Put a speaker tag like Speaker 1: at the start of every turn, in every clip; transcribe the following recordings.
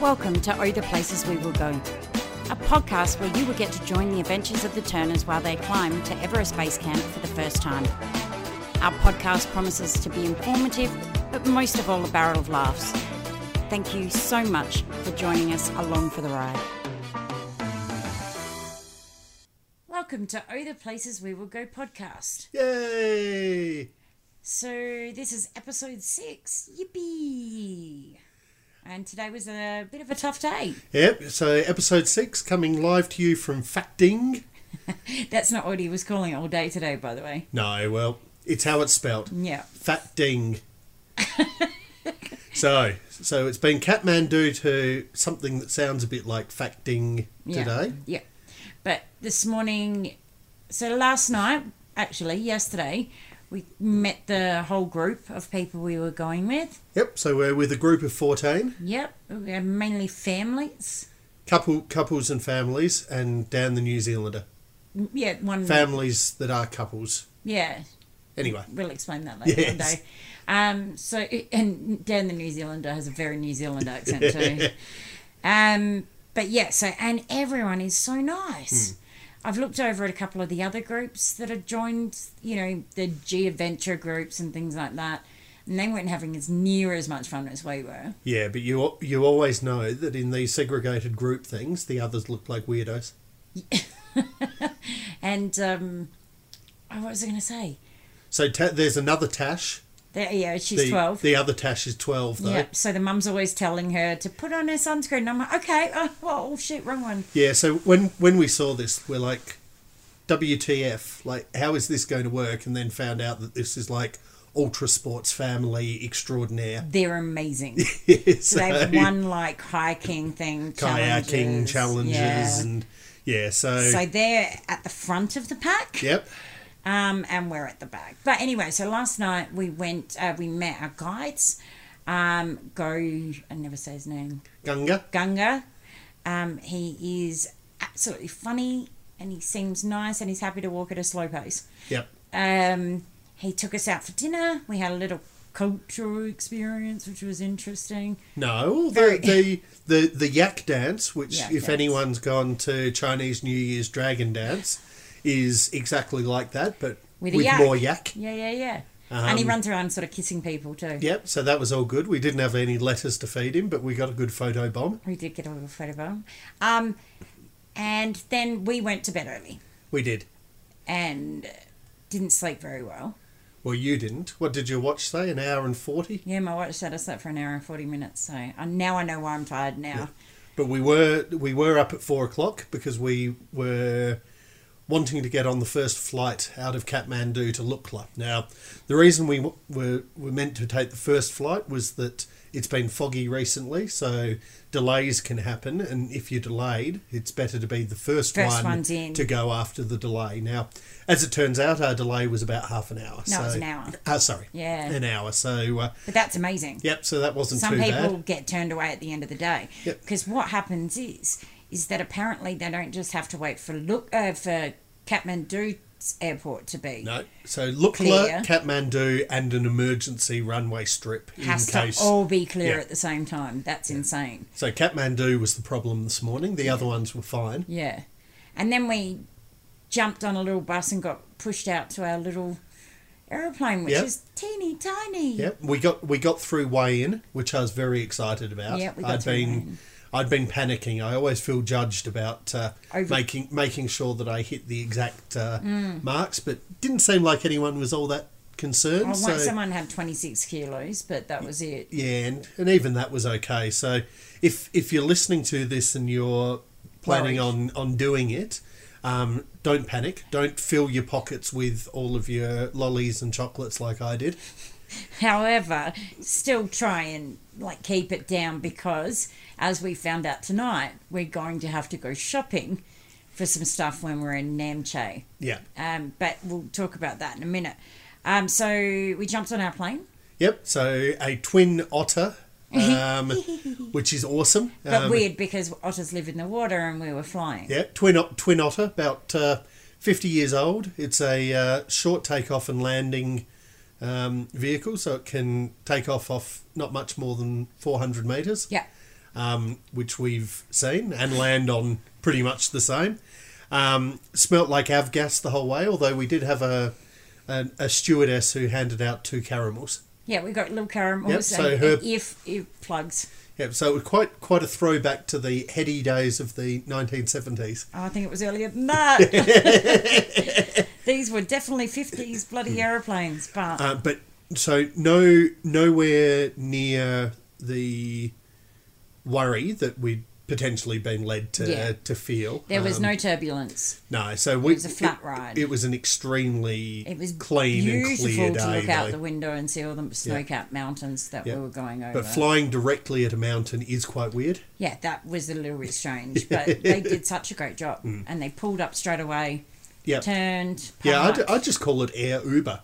Speaker 1: Welcome to Oh the Places We Will Go, a podcast where you will get to join the adventures of the Turners while they climb to Everest Base Camp for the first time. Our podcast promises to be informative, but most of all, a barrel of laughs. Thank you so much for joining us along for the ride. Welcome to Oh the Places We Will Go podcast.
Speaker 2: Yay!
Speaker 1: So this is episode six. Yippee! And today was a bit of a tough day.
Speaker 2: Yep, so episode six coming live to you from Fat Ding.
Speaker 1: That's not what he was calling it all day today, by the way.
Speaker 2: No, well, it's how it's spelt.
Speaker 1: Yeah.
Speaker 2: Fat Ding. so, so it's been Kathmandu to something that sounds a bit like Fat Ding
Speaker 1: yeah.
Speaker 2: today.
Speaker 1: Yeah. But this morning, so last night, actually, yesterday, we met the whole group of people we were going with.
Speaker 2: Yep, so we're with a group of 14,
Speaker 1: Yep. We had mainly families.
Speaker 2: couple couples and families, and Dan the New Zealander.
Speaker 1: Mm, Yeah, one.
Speaker 2: Families that are couples.
Speaker 1: yeah,
Speaker 2: Anyway,
Speaker 1: we'll explain that later one
Speaker 2: Yes.
Speaker 1: day. Um, so, and Dan the New Zealander has a very New Zealand accent too. Um, but yeah, so, and everyone is so nice.
Speaker 2: Hmm.
Speaker 1: I've looked over at a couple of the other groups that are joined, you know, the G Adventure groups and things like that. And they weren't having as near as much fun as we were.
Speaker 2: yeah, but you al- you always know that in these segregated group things, the others look like weirdos.
Speaker 1: And um, oh, what was I going to say?
Speaker 2: So ta- there's another Tash.
Speaker 1: There, yeah, she's
Speaker 2: the,
Speaker 1: 12.
Speaker 2: The other Tash is 12, though.
Speaker 1: Yep. So the mum's always telling her to put on her sunscreen. And I'm like, okay. Oh, oh shit, wrong one.
Speaker 2: Yeah, so when, when we saw this, we're like, WTF, like, how is this going to work? And then found out that this is like ultra sports family extraordinaire.
Speaker 1: They're amazing.
Speaker 2: so,
Speaker 1: So they have one like hiking thing,
Speaker 2: kayaking
Speaker 1: challenges.
Speaker 2: challenges
Speaker 1: Yeah.
Speaker 2: and yeah, so,
Speaker 1: so they're at the front of the pack.
Speaker 2: yep,
Speaker 1: um, and we're at the back. But anyway, so last night we went, uh, we met our guides, um, Go, I never say his name,
Speaker 2: Gunga.
Speaker 1: Gunga. Um, he is absolutely funny and he seems nice and he's happy to walk at a slow pace.
Speaker 2: Yep.
Speaker 1: Um, he took us out for dinner. We had a little cultural experience, which was interesting.
Speaker 2: No,
Speaker 1: Very-
Speaker 2: the, the the the yak dance, which
Speaker 1: Yak
Speaker 2: if
Speaker 1: dance.
Speaker 2: anyone's gone to Chinese New Year's dragon dance, is exactly like that, but
Speaker 1: With
Speaker 2: with,
Speaker 1: a yak.
Speaker 2: more yak.
Speaker 1: Yeah, yeah, yeah. and he
Speaker 2: Um,
Speaker 1: runs around sort of kissing people too.
Speaker 2: Yep, so that was all good. We didn't have any letters to feed him, but we got a good photo bomb.
Speaker 1: We did get a little photo bomb. Um, and then we went to bed early.
Speaker 2: We did.
Speaker 1: and didn't sleep very well.
Speaker 2: Well, you didn't. What did your watch say? An hour and 40?
Speaker 1: Yeah, my watch said I slept for an hour and forty minutes, so I, now I know why I'm tired now.
Speaker 2: But we were we were up at four o'clock because we were wanting to get on the first flight out of Kathmandu to Lukla. Now, the reason we w- were were meant to take the first flight was that it's been foggy recently, so delays can happen. And if you're delayed, it's better to be the first,
Speaker 1: First
Speaker 2: one
Speaker 1: ones in.
Speaker 2: to go after the delay. Now, as it turns out, our delay was about half an hour.
Speaker 1: No,
Speaker 2: so,
Speaker 1: it was an hour.
Speaker 2: Ah, sorry.
Speaker 1: Yeah.
Speaker 2: An hour. So, uh,
Speaker 1: But that's amazing.
Speaker 2: yep. So that wasn't
Speaker 1: Some
Speaker 2: too
Speaker 1: people
Speaker 2: bad.
Speaker 1: get turned away at the end of the day
Speaker 2: Yep.
Speaker 1: because what happens is is that apparently they don't just have to wait for look uh, for Kathmandu airport to be.
Speaker 2: No. So Lukla,
Speaker 1: Clear.
Speaker 2: Kathmandu, and an emergency runway strip in
Speaker 1: Has to
Speaker 2: case.
Speaker 1: all be clear
Speaker 2: Yeah.
Speaker 1: at the same time. That's insane.
Speaker 2: So Kathmandu was the problem this morning. The other ones were fine.
Speaker 1: Yeah. And then we jumped on a little bus and got pushed out to our little airplane, which
Speaker 2: Yep.
Speaker 1: is teeny tiny.
Speaker 2: Yep. We got we got through weigh in, which I was very excited about.
Speaker 1: Yep, we got
Speaker 2: I'd
Speaker 1: through
Speaker 2: been
Speaker 1: weigh-in.
Speaker 2: I'd been panicking. I always feel judged about uh,
Speaker 1: Over- Mm.
Speaker 2: making making sure that I hit the exact uh, marks, but didn't seem like anyone was all that concerned.
Speaker 1: I want
Speaker 2: so
Speaker 1: someone had 26 kilos, but that was it.
Speaker 2: Yeah, and, and even that was okay. So if if you're listening to this and you're planning on on doing it, um, don't panic. Don't fill your pockets with all of your lollies and chocolates like I did.
Speaker 1: However, still try and like keep it down because, as we found out tonight, we're going to have to go shopping for some stuff when we're in Namche.
Speaker 2: Yeah.
Speaker 1: Um, but we'll talk about that in a minute. Um, so we jumped on our plane,
Speaker 2: Yep. So a twin otter, um, which is awesome.
Speaker 1: but
Speaker 2: Um,
Speaker 1: weird because otters live in the water and we were flying.
Speaker 2: Yeah, twin ot- twin otter, about uh, fifty years old. It's a uh, short takeoff and landing um, vehicle, so it can take off off not much more than four hundred meters.
Speaker 1: Yeah.
Speaker 2: um, which we've seen and land on pretty much the same. Um, smelt like avgas the whole way, although we did have a, a, a stewardess who handed out two caramels.
Speaker 1: Yeah, we got little caramels
Speaker 2: Yep,
Speaker 1: and
Speaker 2: so her-
Speaker 1: if, if plugs.
Speaker 2: Yeah, so it was quite quite a throwback to the heady days of the 1970s.
Speaker 1: Oh, I think it was earlier than that. These were definitely 50s bloody aeroplanes, but
Speaker 2: Hmm. Uh, but so no nowhere near the worry that we'd potentially been led to
Speaker 1: Yeah.
Speaker 2: to feel.
Speaker 1: there was
Speaker 2: Um,
Speaker 1: no turbulence.
Speaker 2: no. So we, it
Speaker 1: was a flat ride.
Speaker 2: It, was an extremely
Speaker 1: It was
Speaker 2: clean and
Speaker 1: beautiful
Speaker 2: clear
Speaker 1: to
Speaker 2: day.
Speaker 1: look out
Speaker 2: though.
Speaker 1: the window and see all the snow
Speaker 2: Yeah.
Speaker 1: capped mountains that
Speaker 2: Yeah.
Speaker 1: we were going over.
Speaker 2: but flying directly at a mountain is quite weird.
Speaker 1: yeah, that was a little bit strange, but they did such a great job and they pulled up straight away,
Speaker 2: Hmm. Yeah.
Speaker 1: turned.
Speaker 2: Yeah, I'd,
Speaker 1: parked.
Speaker 2: I'd just call it air Uber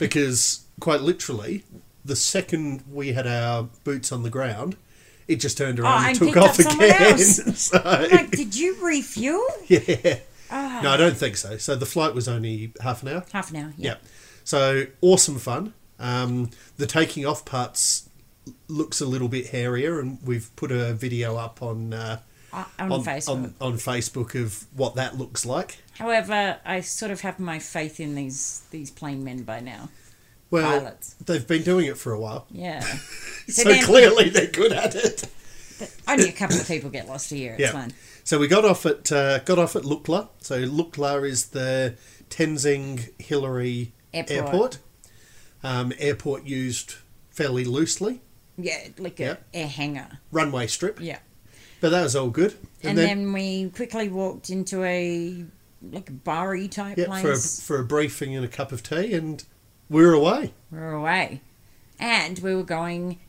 Speaker 2: because quite literally, the second we had our boots on the ground, it just turned around
Speaker 1: Oh, and
Speaker 2: and took
Speaker 1: picked up
Speaker 2: off
Speaker 1: someone
Speaker 2: again.
Speaker 1: else.
Speaker 2: so,
Speaker 1: like, did you refuel?
Speaker 2: yeah. No, I
Speaker 1: Ah.
Speaker 2: don't think so. So the flight was only half an hour.
Speaker 1: Half an hour. Yeah.
Speaker 2: Yeah. So awesome fun. Um, the taking off parts looks a little bit hairier, and we've put a video up on uh,
Speaker 1: O- on Facebook.
Speaker 2: on, on Facebook of what that looks like.
Speaker 1: However, I sort of have my faith in these these plane men by now.
Speaker 2: Well,
Speaker 1: Pilots.
Speaker 2: they've been doing it for a while.
Speaker 1: Yeah.
Speaker 2: So,
Speaker 1: then-
Speaker 2: clearly they're good at it.
Speaker 1: Only a couple of people get lost a year. It's
Speaker 2: Yeah.
Speaker 1: fine.
Speaker 2: So we got off at uh, got off at Lukla. So Lukla is the Tenzing Hillary
Speaker 1: Airport.
Speaker 2: Airport. Um, airport used fairly loosely.
Speaker 1: Yeah, like a,
Speaker 2: Yeah.
Speaker 1: a hangar.
Speaker 2: Runway strip.
Speaker 1: Yeah.
Speaker 2: But that was all good.
Speaker 1: And, then, we quickly walked into a like a bar-y type
Speaker 2: yeah, for a,
Speaker 1: place.
Speaker 2: for a briefing and a cup of tea, and we were away.
Speaker 1: We We're away, and we were going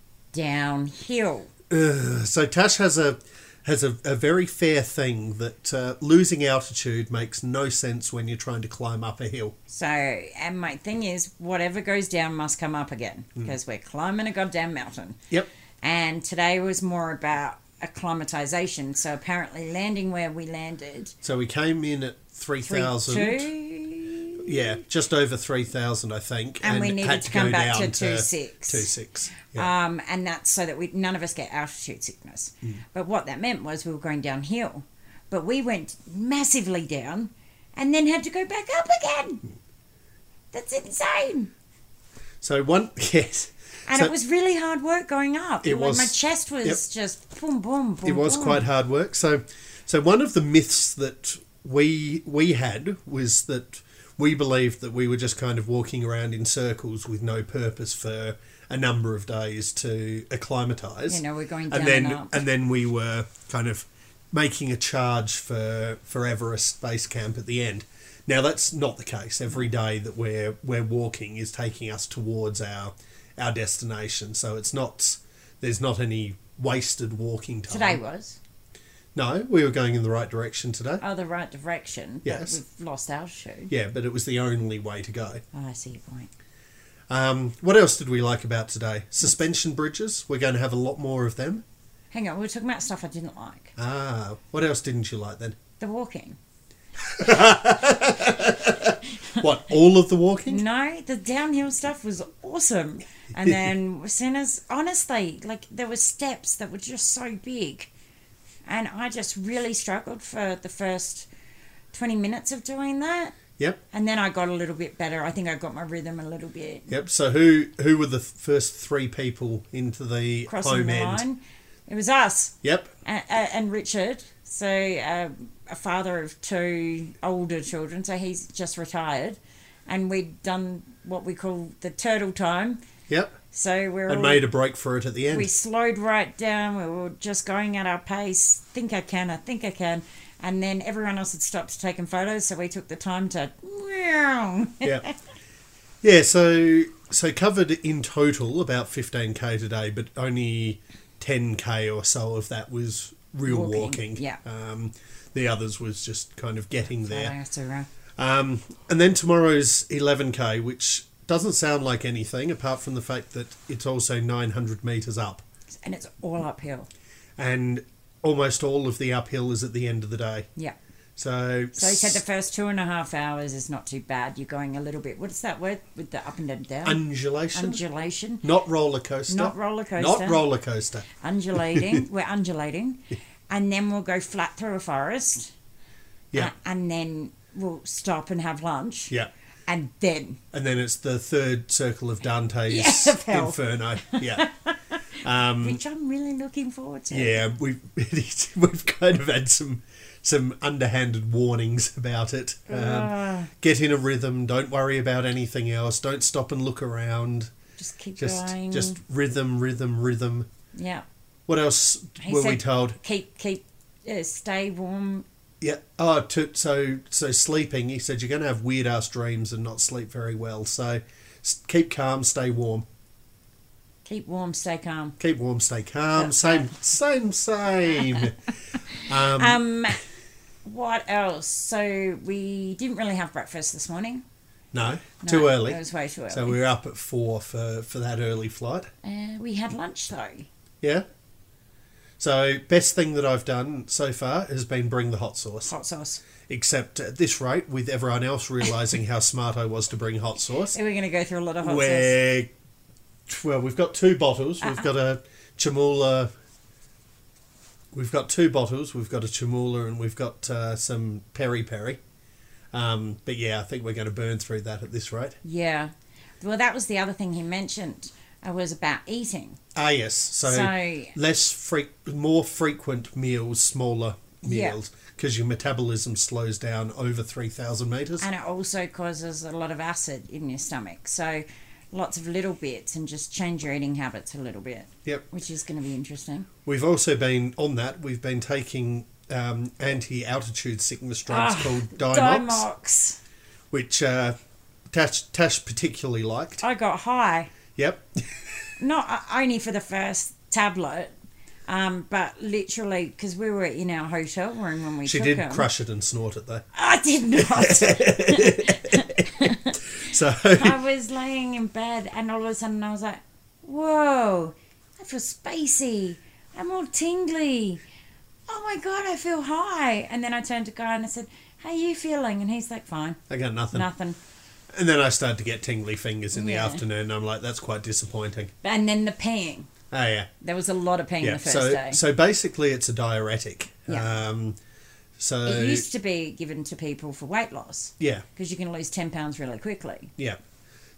Speaker 1: downhill.
Speaker 2: So Tash has a has a, a very fair thing that uh, losing altitude makes no sense when you're trying to climb up a hill.
Speaker 1: So, and my thing is, whatever goes down must come up again
Speaker 2: Mm.
Speaker 1: because we're climbing a goddamn mountain.
Speaker 2: Yep.
Speaker 1: And today was more about acclimatization. So apparently, landing where we landed,
Speaker 2: So we came in at three
Speaker 1: three,
Speaker 2: thousand.
Speaker 1: two,
Speaker 2: Yeah, just over three thousand, I think.
Speaker 1: And we needed to come
Speaker 2: go
Speaker 1: back to
Speaker 2: down
Speaker 1: 2.6.
Speaker 2: Two six. Yeah. Hmm.
Speaker 1: Um, and that's so that we none of us get altitude sickness. But what that meant was we were going downhill, but we went massively down, and then had to go back up
Speaker 2: Hmm.
Speaker 1: again. That's insane.
Speaker 2: so one yes.
Speaker 1: And
Speaker 2: So
Speaker 1: it was really hard work going up.
Speaker 2: It
Speaker 1: Like, my
Speaker 2: was-
Speaker 1: chest was just boom, boom, boom.
Speaker 2: it was
Speaker 1: boom.
Speaker 2: quite hard work. So so one of the myths that we we had was that we believed that we were just kind of walking around in circles with no purpose for a number of days to acclimatize.
Speaker 1: You know, we're going down
Speaker 2: and then
Speaker 1: and up.
Speaker 2: and then we were kind of making a charge for for Everest base camp at the end. Now that's not the case. Every day that we're we're walking is taking us towards our our destination. So it's not there's not any wasted walking time.
Speaker 1: Today was
Speaker 2: No, we were going in the right direction today.
Speaker 1: oh the right direction. but
Speaker 2: Yes.
Speaker 1: we've lost altitude.
Speaker 2: Yeah, but it was the only way to go.
Speaker 1: Oh, I see your point.
Speaker 2: Um, what else did we like about today? Suspension bridges. We're going to have a lot more of them.
Speaker 1: Hang on, we were talking about stuff I didn't like.
Speaker 2: Ah, what else didn't you like then?
Speaker 1: The walking.
Speaker 2: What all of the walking?
Speaker 1: No, the downhill stuff was awesome. And then Sinners, honestly, like there were steps that were just so big. And I just really struggled for the first 20 minutes of doing that.
Speaker 2: Yep.
Speaker 1: And then I got a little bit better. I think I got my rhythm a little bit
Speaker 2: Yep. So who who were the first three people into the
Speaker 1: crossing
Speaker 2: home
Speaker 1: the
Speaker 2: end?
Speaker 1: line. It was us
Speaker 2: Yep.
Speaker 1: and, uh, and Richard. So, um, a father of two older children. So, he's just retired. And we'd done what we call the turtle time.
Speaker 2: Yep.
Speaker 1: So, we're
Speaker 2: And
Speaker 1: all
Speaker 2: made a break for it at the end.
Speaker 1: we slowed right down. We were just going at our pace. Think I can, I think I can. And then everyone else had stopped taking photos, so we took the time to.
Speaker 2: yeah. Yeah. So so covered in total about fifteen k today, but only ten k or so of that was real
Speaker 1: Walking,
Speaker 2: walking.
Speaker 1: yeah.
Speaker 2: Um, the others was just kind of getting there.
Speaker 1: That's all right.
Speaker 2: Um, and then tomorrow's 11k, which doesn't sound like anything apart from the fact that it's also 900 meters up.
Speaker 1: And it's all uphill.
Speaker 2: and almost all of the uphill is at the end of the day.
Speaker 1: Yeah.
Speaker 2: So,
Speaker 1: So he said the first two and a half hours is not too bad. You're going a little bit. What's that word with the up and then down?
Speaker 2: undulation,
Speaker 1: Undulation,
Speaker 2: not roller coaster,
Speaker 1: Not roller coaster.
Speaker 2: not roller coaster.
Speaker 1: undulating. We're undulating, and then we'll go flat through a forest.
Speaker 2: Yeah,
Speaker 1: a- and then we'll stop and have lunch.
Speaker 2: yeah.
Speaker 1: And then
Speaker 2: And then it's the third circle of Dante's
Speaker 1: Yeah, of hell.
Speaker 2: Inferno. Yeah.
Speaker 1: which I'm really looking forward to.
Speaker 2: Um, Yeah, we've we've kind of had some some underhanded warnings about it. Um,
Speaker 1: Ah.
Speaker 2: Get in a rhythm. Don't worry about anything else. Don't stop and look around.
Speaker 1: Just keep
Speaker 2: Just
Speaker 1: going.
Speaker 2: just rhythm, rhythm, rhythm.
Speaker 1: yeah.
Speaker 2: What else
Speaker 1: He
Speaker 2: were we
Speaker 1: said-
Speaker 2: told?
Speaker 1: Keep keep uh, stay warm.
Speaker 2: Yeah. Oh, to, so so sleeping. He said you're going to have weird ass dreams and not sleep very well. So s- keep calm, stay warm.
Speaker 1: Keep warm. Stay calm.
Speaker 2: Keep warm, stay calm. Same, same, same.
Speaker 1: Um, what else? So we didn't really have breakfast this morning.
Speaker 2: No,
Speaker 1: No,
Speaker 2: too early.
Speaker 1: It was way too early.
Speaker 2: So we were up at four for for that early flight.
Speaker 1: uh, we had lunch though.
Speaker 2: Yeah. So best thing that I've done so far has been bring the hot sauce.
Speaker 1: Hot sauce.
Speaker 2: Except at this rate, with everyone else realizing how smart I was to bring hot sauce,
Speaker 1: So we're going to go through a lot of hot sauce.
Speaker 2: where well we've got two bottles.
Speaker 1: Uh-uh.
Speaker 2: We've got a Chamula. We've got two bottles. We've got a Chamula and we've got uh, some Peri Peri. Um, but yeah, I think we're going to burn through that at this rate.
Speaker 1: Yeah. Well, that was the other thing he mentioned. uh was about eating.
Speaker 2: Ah, yes. So,
Speaker 1: So-
Speaker 2: less freq, more frequent meals, smaller
Speaker 1: Yeah.
Speaker 2: meals, because your metabolism slows down over three thousand meters.
Speaker 1: and it also causes a lot of acid in your stomach. So lots of little bits and just change your eating habits a little bit,
Speaker 2: Yep.
Speaker 1: which is going to be interesting.
Speaker 2: We've also been on that. We've been taking um, anti-altitude sickness drugs
Speaker 1: Ah,
Speaker 2: called Dimox,
Speaker 1: Dimox.
Speaker 2: which uh, Tash Tash particularly liked.
Speaker 1: I got high,
Speaker 2: Yep.
Speaker 1: not uh, only for the first tablet, um, but literally because we were in our hotel room when we
Speaker 2: She
Speaker 1: took
Speaker 2: did
Speaker 1: them.
Speaker 2: crush it and snort it though.
Speaker 1: I did not.
Speaker 2: So
Speaker 1: I was laying in bed and all of a sudden I was like, whoa, I feel spacey. I'm all tingly. Oh my God, I feel high. And then I turned to Guy and I said, how you feeling? And he's like, fine,
Speaker 2: I got nothing.
Speaker 1: nothing.
Speaker 2: And then I started to get tingly fingers in
Speaker 1: Yeah.
Speaker 2: the afternoon. And I'm like, that's quite disappointing.
Speaker 1: And then the peeing.
Speaker 2: Oh yeah.
Speaker 1: There was a lot of peeing the first
Speaker 2: so,
Speaker 1: day.
Speaker 2: So basically, it's a diuretic.
Speaker 1: Yeah.
Speaker 2: Um, so
Speaker 1: it used to be given to people for weight loss
Speaker 2: yeah,
Speaker 1: because you can lose 10 pounds really quickly.
Speaker 2: yeah.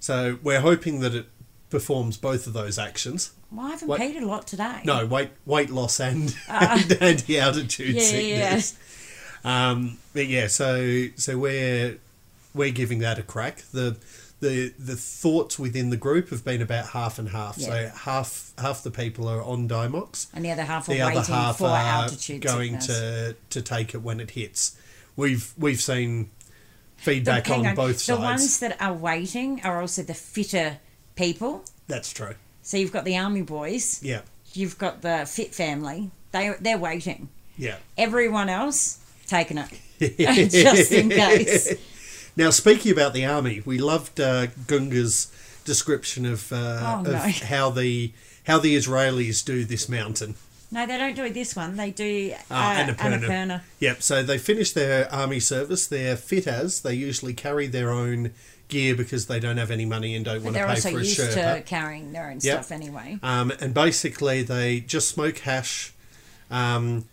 Speaker 2: So we're hoping that it performs both of those actions.
Speaker 1: Well, I haven't
Speaker 2: What-
Speaker 1: peed a lot today.
Speaker 2: No, weight weight loss and and, and the altitude
Speaker 1: Ah. Yeah, yeah, yeah.
Speaker 2: sickness. Um, but yeah, so so we're we're giving that a crack. The the the thoughts within the group have been about half and half. So
Speaker 1: Yeah.
Speaker 2: half half the people are on Dimox.
Speaker 1: And the other half are
Speaker 2: the
Speaker 1: waiting
Speaker 2: other half
Speaker 1: for
Speaker 2: are
Speaker 1: altitude
Speaker 2: going
Speaker 1: sickness.
Speaker 2: to to take it when it hits. We've we've seen feedback
Speaker 1: Hang
Speaker 2: on, both
Speaker 1: the
Speaker 2: sides.
Speaker 1: ones that are waiting are also the fitter people.
Speaker 2: That's true.
Speaker 1: So you've got the army boys,
Speaker 2: Yeah,
Speaker 1: you've got the fit family. They they're waiting.
Speaker 2: yeah.
Speaker 1: Everyone else taking it just in case.
Speaker 2: Now speaking about the army, we loved uh, Gunga's description of, uh,
Speaker 1: Oh,
Speaker 2: of
Speaker 1: no.
Speaker 2: how the how the Israelis do this mountain.
Speaker 1: No, they don't do this one. They do uh,
Speaker 2: Ah,
Speaker 1: Annapurna.
Speaker 2: Annapurna. Yep. So they finish their army service. They're fit as they usually carry their own gear because they don't have any money and don't
Speaker 1: But
Speaker 2: want to
Speaker 1: they're
Speaker 2: pay
Speaker 1: also
Speaker 2: for a
Speaker 1: used
Speaker 2: Sherpa.
Speaker 1: to carrying their own
Speaker 2: Yep.
Speaker 1: stuff anyway.
Speaker 2: Um, and basically, they just smoke hash. Um,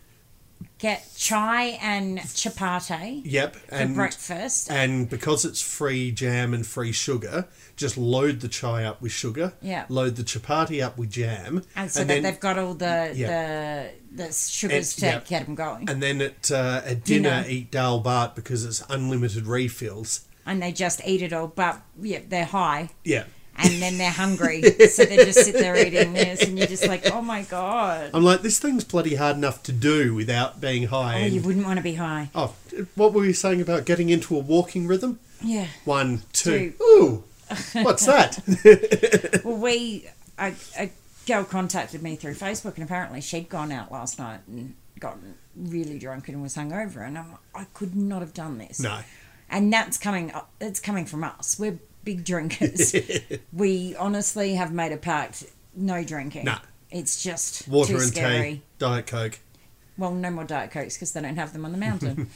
Speaker 1: Get chai and chapati
Speaker 2: yep,
Speaker 1: for
Speaker 2: and
Speaker 1: breakfast.
Speaker 2: and because it's free jam and free sugar, just load the chai up with sugar.
Speaker 1: Yeah.
Speaker 2: Load the chapati up with jam.
Speaker 1: and so that they've got all the the, the sugars
Speaker 2: It's-
Speaker 1: to
Speaker 2: yep.
Speaker 1: get them going, and,
Speaker 2: and then at uh, at dinner,
Speaker 1: Dinner.
Speaker 2: eat dal bhat because it's unlimited refills.
Speaker 1: they just eat it all. But yeah, they're high,
Speaker 2: Yeah.
Speaker 1: and then they're hungry, so they just sit there eating this, and you're just like, oh my god.
Speaker 2: I'm like, this thing's bloody hard enough to do without being high.
Speaker 1: Oh, you
Speaker 2: and,
Speaker 1: wouldn't want to be high.
Speaker 2: oh, what were you saying about getting into a walking rhythm?
Speaker 1: Yeah.
Speaker 2: One, two.
Speaker 1: Two.
Speaker 2: Ooh, what's that?
Speaker 1: Well, we a, a girl contacted me through Facebook, and apparently she'd gone out last night and gotten really drunk and was hungover, and I'm like, I could not have done this.
Speaker 2: no.
Speaker 1: And that's coming. up- It's coming from us. We're big drinkers. we honestly have made a pact: no drinking.
Speaker 2: No.
Speaker 1: It's just
Speaker 2: Water
Speaker 1: too
Speaker 2: and
Speaker 1: scary.
Speaker 2: tea, Diet Coke.
Speaker 1: Well, no more Diet Cokes because they don't have them on the mountain.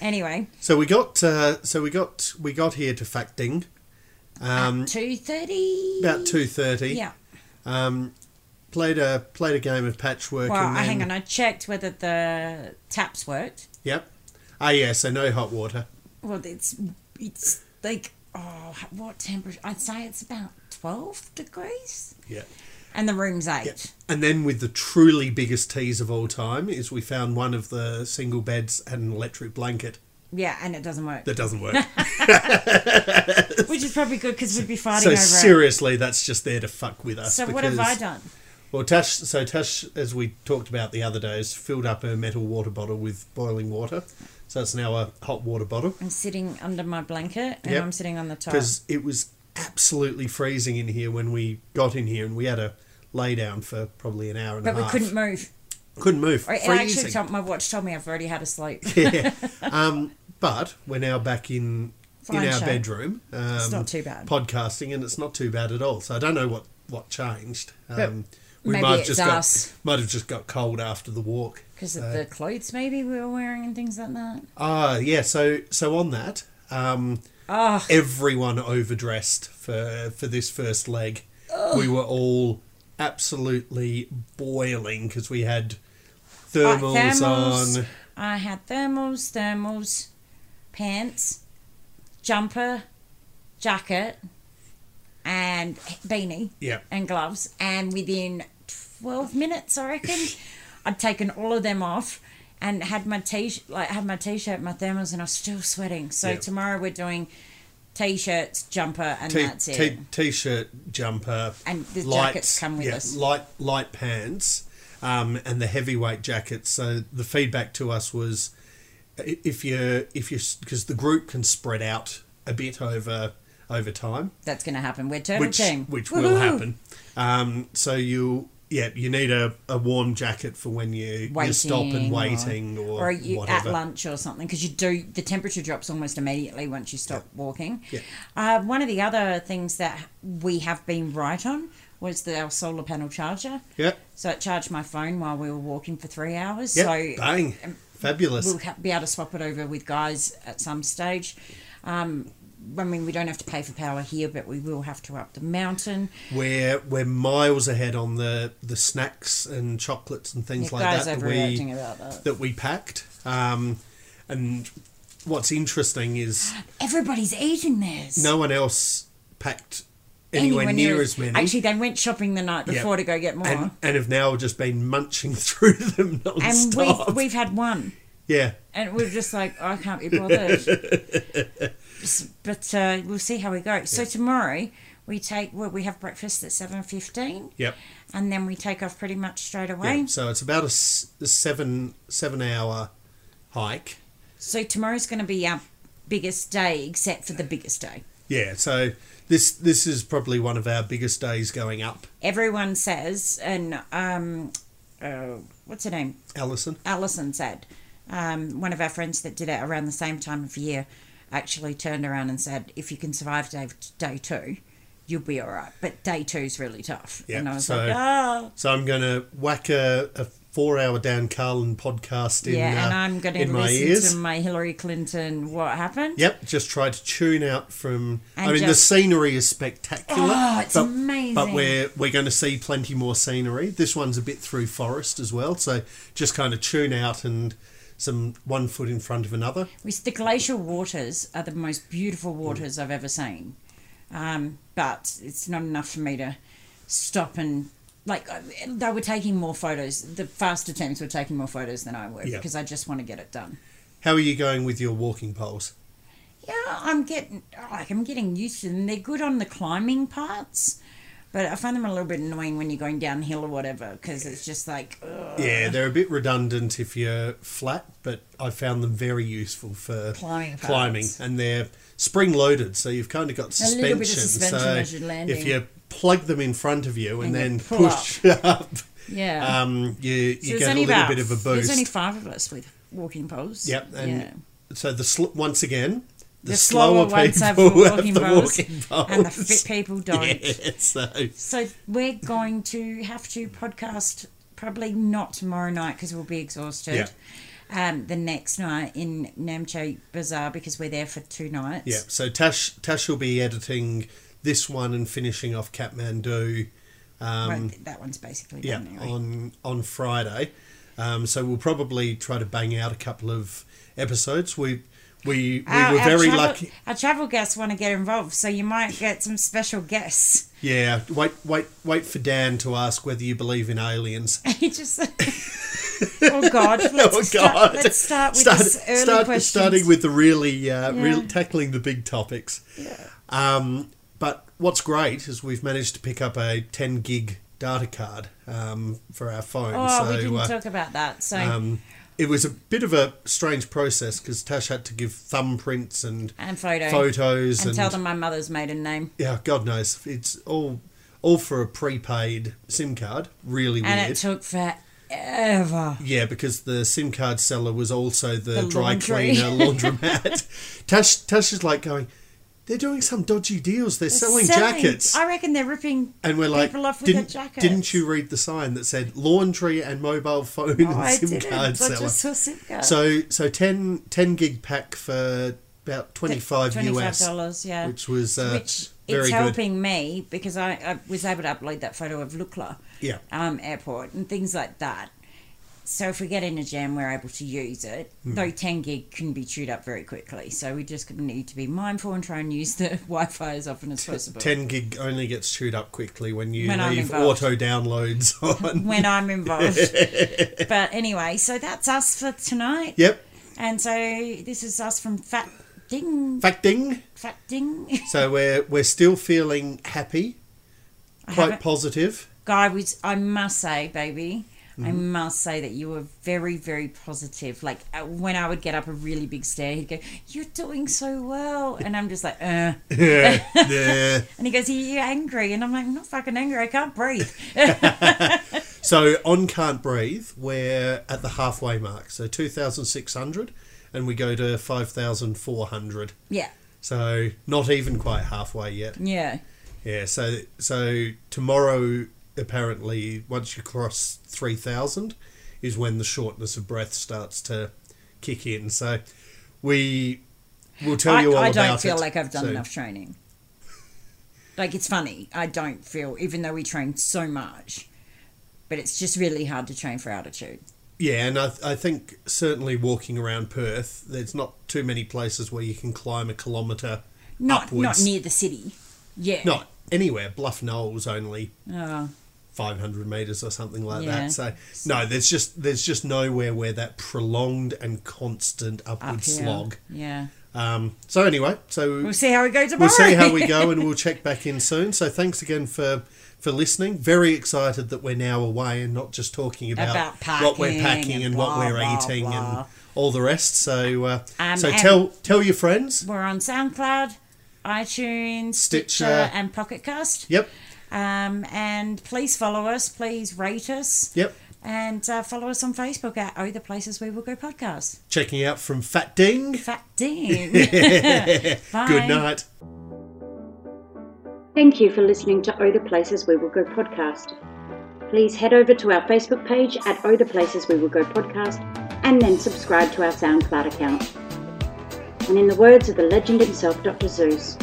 Speaker 1: anyway,
Speaker 2: So we got uh, so we got we got here to Facting um,
Speaker 1: two thirty.
Speaker 2: about two thirty.
Speaker 1: Yeah.
Speaker 2: Um, played a played a game of patchwork.
Speaker 1: Well,
Speaker 2: and
Speaker 1: I
Speaker 2: then,
Speaker 1: hang on. I checked whether the taps worked.
Speaker 2: Yep. Ah, yeah. So no hot water.
Speaker 1: Well, it's it's like oh, what temperature? I'd say it's about twelve degrees,
Speaker 2: Yeah.
Speaker 1: and the room's eight.
Speaker 2: And then with the truly biggest tease of all time is we found one of the single beds had an electric blanket
Speaker 1: Yeah, and it doesn't work,
Speaker 2: that doesn't work.
Speaker 1: which is probably good because we'd be fighting
Speaker 2: so
Speaker 1: over it.
Speaker 2: seriously, that's just there to fuck with us.
Speaker 1: So what have I
Speaker 2: because-
Speaker 1: done?
Speaker 2: Well, Tash. So Tash, as we talked about the other day, has filled up her metal water bottle with boiling water. So it's now a hot water bottle
Speaker 1: I'm sitting under my blanket and
Speaker 2: Yep.
Speaker 1: I'm sitting on the top.
Speaker 2: because it was absolutely freezing in here when we got in here, and we had a lay down for probably an hour and
Speaker 1: But
Speaker 2: a
Speaker 1: we
Speaker 2: half.
Speaker 1: couldn't move.
Speaker 2: couldn't move.
Speaker 1: Or it
Speaker 2: Ah. freezing.
Speaker 1: actually, told, my watch told me I've already had a sleep.
Speaker 2: yeah. Um, but we're now back in
Speaker 1: Fine
Speaker 2: in our
Speaker 1: shape.
Speaker 2: bedroom. Um,
Speaker 1: It's not too bad.
Speaker 2: Podcasting, and it's not too bad at all. So I don't know what what changed. Um, we
Speaker 1: maybe
Speaker 2: might have
Speaker 1: it's
Speaker 2: just
Speaker 1: us.
Speaker 2: got might have just got cold after the walk.
Speaker 1: Because of the clothes maybe we were wearing and things like that.
Speaker 2: Ah, yeah. So so on that, um,
Speaker 1: Oh,
Speaker 2: everyone overdressed for for this first leg. We were all absolutely boiling because we had thermals,
Speaker 1: thermals.
Speaker 2: on.
Speaker 1: I had thermals, thermals, pants, jumper, jacket, and beanie
Speaker 2: Yeah.
Speaker 1: and gloves. And within 12 minutes, I reckon, I'd taken all of them off and had my t like had my t-shirt, my thermals, and I was still sweating. So
Speaker 2: Yeah.
Speaker 1: tomorrow we're doing t-shirts, jumper, and
Speaker 2: T-
Speaker 1: that's it.
Speaker 2: t- t-shirt, jumper,
Speaker 1: And the jackets come with us.
Speaker 2: Light light pants, um, and the heavyweight jackets. So the feedback to us was, i- if you if you because the group can spread out a bit over over time,
Speaker 1: that's going to happen. We're turtle
Speaker 2: which
Speaker 1: team,
Speaker 2: which will
Speaker 1: Woohoo!
Speaker 2: happen. Um, so you yeah you need a, a warm jacket for when you, you stop and waiting or,
Speaker 1: or you
Speaker 2: whatever.
Speaker 1: at lunch or something because you do the temperature drops almost immediately once you stop walking.
Speaker 2: Yeah.
Speaker 1: Uh, one of the other things that we have been right on was the, our solar panel charger.
Speaker 2: Yeah,
Speaker 1: So it charged my phone while we were walking for three hours.
Speaker 2: yeah,
Speaker 1: So um,
Speaker 2: bang, fabulous.
Speaker 1: we'll ha- be able to swap it over with guys at some stage. Um, I mean, we don't have to pay for power here, but we will have to up the mountain.
Speaker 2: We're we're miles ahead on the the snacks and chocolates and things
Speaker 1: Yeah,
Speaker 2: like
Speaker 1: guys
Speaker 2: that that
Speaker 1: overreacting
Speaker 2: we
Speaker 1: about that.
Speaker 2: we packed. Um, and what's interesting is
Speaker 1: Everybody's eating theirs.
Speaker 2: no one else packed anywhere, near, as many.
Speaker 1: Actually, uh-huh. they went shopping the night
Speaker 2: Yeah.
Speaker 1: before to go get more.
Speaker 2: and, and have now just been munching through them
Speaker 1: and
Speaker 2: non-stop.
Speaker 1: we've, we've had one
Speaker 2: yeah,
Speaker 1: and we're just like "Oh, i can't be bothered S- but uh, we'll see how we go so tomorrow we take well we have breakfast at 7.15
Speaker 2: yep.
Speaker 1: and then we take off pretty much straight away
Speaker 2: Yeah. So it's about a, s- a seven seven hour hike.
Speaker 1: so tomorrow's going to be our biggest day except for the biggest day
Speaker 2: Yeah. So this this is probably one of our biggest days going up,
Speaker 1: everyone says and um, uh, what's her name
Speaker 2: Alison.
Speaker 1: Alison said, um, one of our friends that did it around the same time of year, actually turned around and said, "If you can survive day day two, you'll be all right." But day two's really tough,
Speaker 2: Yeah,
Speaker 1: and I was
Speaker 2: so-
Speaker 1: like, "Oh,
Speaker 2: So I'm going to whack a, a four hour Dan Carlin podcast in,
Speaker 1: yeah." and
Speaker 2: uh,
Speaker 1: I'm going to
Speaker 2: in my
Speaker 1: listen
Speaker 2: ears.
Speaker 1: to my Hillary Clinton. What happened?
Speaker 2: Yep, just try to tune out from. I
Speaker 1: And
Speaker 2: mean,
Speaker 1: just-
Speaker 2: the scenery is spectacular.
Speaker 1: Oh, it's
Speaker 2: but,
Speaker 1: amazing.
Speaker 2: But we're we're going to see plenty more scenery. This one's a bit through forest as well, so just kind of tune out and some one foot in front of another.
Speaker 1: We, the glacial waters are the most beautiful
Speaker 2: Mm.
Speaker 1: waters I've ever seen, um, but it's not enough for me to stop and like I- they were taking more photos. The faster teams were taking more photos than I would
Speaker 2: Yeah.
Speaker 1: because I just want to get it done.
Speaker 2: How are you going with your walking poles?
Speaker 1: Yeah, I'm getting like I'm getting used to them. They're good on the climbing parts, but I find them a little bit annoying when you're going downhill or whatever because it's just like ugh,
Speaker 2: Yeah, they're a bit redundant if you're flat, but I found them very useful for
Speaker 1: Climbing parts.
Speaker 2: climbing. And they're spring loaded, so you've kind of got
Speaker 1: A
Speaker 2: suspension.
Speaker 1: little bit of suspension
Speaker 2: so
Speaker 1: as you're landing.
Speaker 2: if you plug them in front of you
Speaker 1: And
Speaker 2: and,
Speaker 1: you
Speaker 2: then
Speaker 1: pull
Speaker 2: push up,
Speaker 1: yeah.
Speaker 2: um, you,
Speaker 1: So
Speaker 2: you
Speaker 1: there's
Speaker 2: get a
Speaker 1: only
Speaker 2: little
Speaker 1: about-
Speaker 2: bit of a
Speaker 1: There's
Speaker 2: boost.
Speaker 1: only five of us with walking poles.
Speaker 2: yep, and
Speaker 1: yeah.
Speaker 2: so the sl- once again, the,
Speaker 1: The
Speaker 2: slower,
Speaker 1: slower ones have
Speaker 2: people
Speaker 1: the
Speaker 2: have
Speaker 1: walking
Speaker 2: the
Speaker 1: poles
Speaker 2: walking
Speaker 1: and the
Speaker 2: poles.
Speaker 1: fit people don't.
Speaker 2: Yeah, so
Speaker 1: So we're going to have to podcast probably not tomorrow night because we'll be exhausted.
Speaker 2: Yeah.
Speaker 1: Um, the next night in Namche Bazaar because we're there for two nights.
Speaker 2: Yeah, so Tash Tash will be editing this one and finishing off Kathmandu. Um,
Speaker 1: Well, that one's basically
Speaker 2: yeah,
Speaker 1: done anyway.
Speaker 2: on on Friday. Um, so we'll probably try to bang out a couple of episodes. We we we were very
Speaker 1: travel,
Speaker 2: lucky.
Speaker 1: Our travel guests want to get involved, so you might get some special guests.
Speaker 2: Yeah, wait wait wait for Dan to ask whether you believe in aliens.
Speaker 1: He just. oh God! Let's,
Speaker 2: oh
Speaker 1: Start,
Speaker 2: God!
Speaker 1: let's start with
Speaker 2: Start-
Speaker 1: this early
Speaker 2: start-
Speaker 1: questions.
Speaker 2: Starting with the really, uh,
Speaker 1: Yeah.
Speaker 2: real tackling the big topics. Um, but what's great is we've managed to pick up a 10 gig data card um, for our phone.
Speaker 1: Oh,
Speaker 2: so
Speaker 1: we didn't
Speaker 2: uh,
Speaker 1: talk about that. So
Speaker 2: um, it was a bit of a strange process because Tash had to give thumbprints and
Speaker 1: and photo,
Speaker 2: photos
Speaker 1: and,
Speaker 2: and,
Speaker 1: tell them my mother's maiden name.
Speaker 2: yeah, God knows it's all all for a prepaid SIM card. Really
Speaker 1: And it
Speaker 2: weird.
Speaker 1: took forever.
Speaker 2: Yeah, because the SIM card seller was also the,
Speaker 1: The
Speaker 2: dry
Speaker 1: laundry.
Speaker 2: cleaner laundromat. Tash Tash is like going, they're doing some dodgy deals. They're, selling, jackets,
Speaker 1: I reckon they're ripping.
Speaker 2: and we're like,
Speaker 1: people off with their
Speaker 2: didn't
Speaker 1: jackets."
Speaker 2: didn't you read the sign that said laundry and mobile phone
Speaker 1: Oh,
Speaker 2: and
Speaker 1: I
Speaker 2: SIM
Speaker 1: didn't. I
Speaker 2: card seller?
Speaker 1: just saw SIM card.
Speaker 2: So so 10, 10 gig pack for about twenty five US,
Speaker 1: dollars. Yeah.
Speaker 2: which was uh,
Speaker 1: Which
Speaker 2: very
Speaker 1: it's
Speaker 2: good.
Speaker 1: helping me because I, I was able to upload that photo of Lukla
Speaker 2: Yeah.
Speaker 1: um, airport and things like that. So if we get in a jam, we're able to use it.
Speaker 2: Hmm.
Speaker 1: Though 10 gig can be chewed up very quickly, so we just need to be mindful and try and use the Wi-Fi as often as possible.
Speaker 2: 10 gig only gets chewed up quickly when you
Speaker 1: When I'm
Speaker 2: leave
Speaker 1: involved.
Speaker 2: auto downloads on.
Speaker 1: when I'm involved. but anyway, so that's us for tonight.
Speaker 2: yep,
Speaker 1: And so this is us from Fat Ding.
Speaker 2: facting.
Speaker 1: Fat Ding.
Speaker 2: So we're we're still feeling happy,
Speaker 1: I
Speaker 2: quite
Speaker 1: haven't-
Speaker 2: positive.
Speaker 1: Guy, was, I must say, baby, I
Speaker 2: Mm-hmm.
Speaker 1: must say that you were very, very positive. Like uh, when I would get up a really big stair, he'd go, You're doing so well. And I'm just like, Uh.
Speaker 2: Yeah, yeah.
Speaker 1: And he goes, Are you angry? And I'm like, I'm not fucking angry. I can't breathe.
Speaker 2: So on can't breathe, we're at the halfway mark. So two thousand six hundred, and we go to five thousand four hundred.
Speaker 1: yeah.
Speaker 2: So not even quite halfway yet.
Speaker 1: Yeah.
Speaker 2: Yeah. So so tomorrow apparently, once you cross three thousand, is when the shortness of breath starts to kick in. So we will tell
Speaker 1: I,
Speaker 2: you all
Speaker 1: I
Speaker 2: about
Speaker 1: don't feel
Speaker 2: it.
Speaker 1: like I've done
Speaker 2: So-
Speaker 1: enough training. Like it's funny. I don't feel, even though we train so much, but it's just really hard to train for altitude.
Speaker 2: Yeah, and I, I think certainly walking around Perth, there's not too many places where you can climb a kilometre
Speaker 1: Not
Speaker 2: upwards.
Speaker 1: not near the city. Yeah.
Speaker 2: Not anywhere. Bluff Knoll's only
Speaker 1: Oh,
Speaker 2: 500 metres or something like
Speaker 1: Yeah.
Speaker 2: that. So no, there's just there's just nowhere where that prolonged and constant upward
Speaker 1: up here.
Speaker 2: slog.
Speaker 1: Yeah.
Speaker 2: Um, so anyway, so
Speaker 1: We'll see how we go tomorrow.
Speaker 2: we'll see how we go, and we'll check back in soon. So thanks again for. For listening, very excited that we're now away and not just talking about,
Speaker 1: About
Speaker 2: what we're
Speaker 1: packing
Speaker 2: packing and,
Speaker 1: and
Speaker 2: what
Speaker 1: blah,
Speaker 2: we're
Speaker 1: blah,
Speaker 2: eating and
Speaker 1: blah.
Speaker 2: all the rest. So, uh,
Speaker 1: Um,
Speaker 2: so
Speaker 1: and-
Speaker 2: tell tell your friends.
Speaker 1: We're on SoundCloud, iTunes, Stitcher,
Speaker 2: Stitcher.
Speaker 1: and Pocketcast.
Speaker 2: Yep,
Speaker 1: Um, and please follow us. Please rate us.
Speaker 2: yep.
Speaker 1: And uh, follow us on Facebook at Oh the Places We Will Go podcast.
Speaker 2: Checking out from Fat Ding.
Speaker 1: Fat Dean. Bye.
Speaker 2: Good night.
Speaker 3: Thank you for listening to Oh the Places We Will Go podcast. Please head over to our Facebook page at Oh the Places We Will Go podcast and then subscribe to our SoundCloud account. And in the words of the legend himself, Dr. Zeus,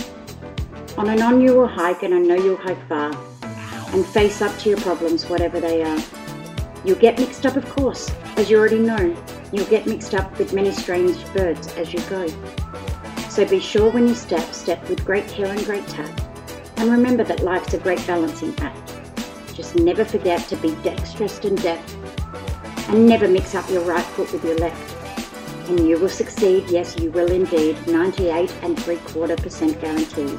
Speaker 3: on and on you will hike and I know you'll hike far and face up to your problems, whatever they are. You'll get mixed up, of course, as you already know. You'll get mixed up with many strange birds as you go. So be sure when you step, step with great care and great tact. And remember that life's a great balancing act. Just never forget to be dexterous and deft. And never mix up your right foot with your left. And you will succeed, yes, you will indeed. 98 and 3 quarter percent guaranteed.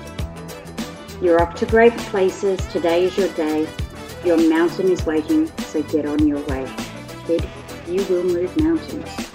Speaker 3: You're off to great places. Today is your day. Your mountain is waiting, so get on your way. Kid, you will move mountains.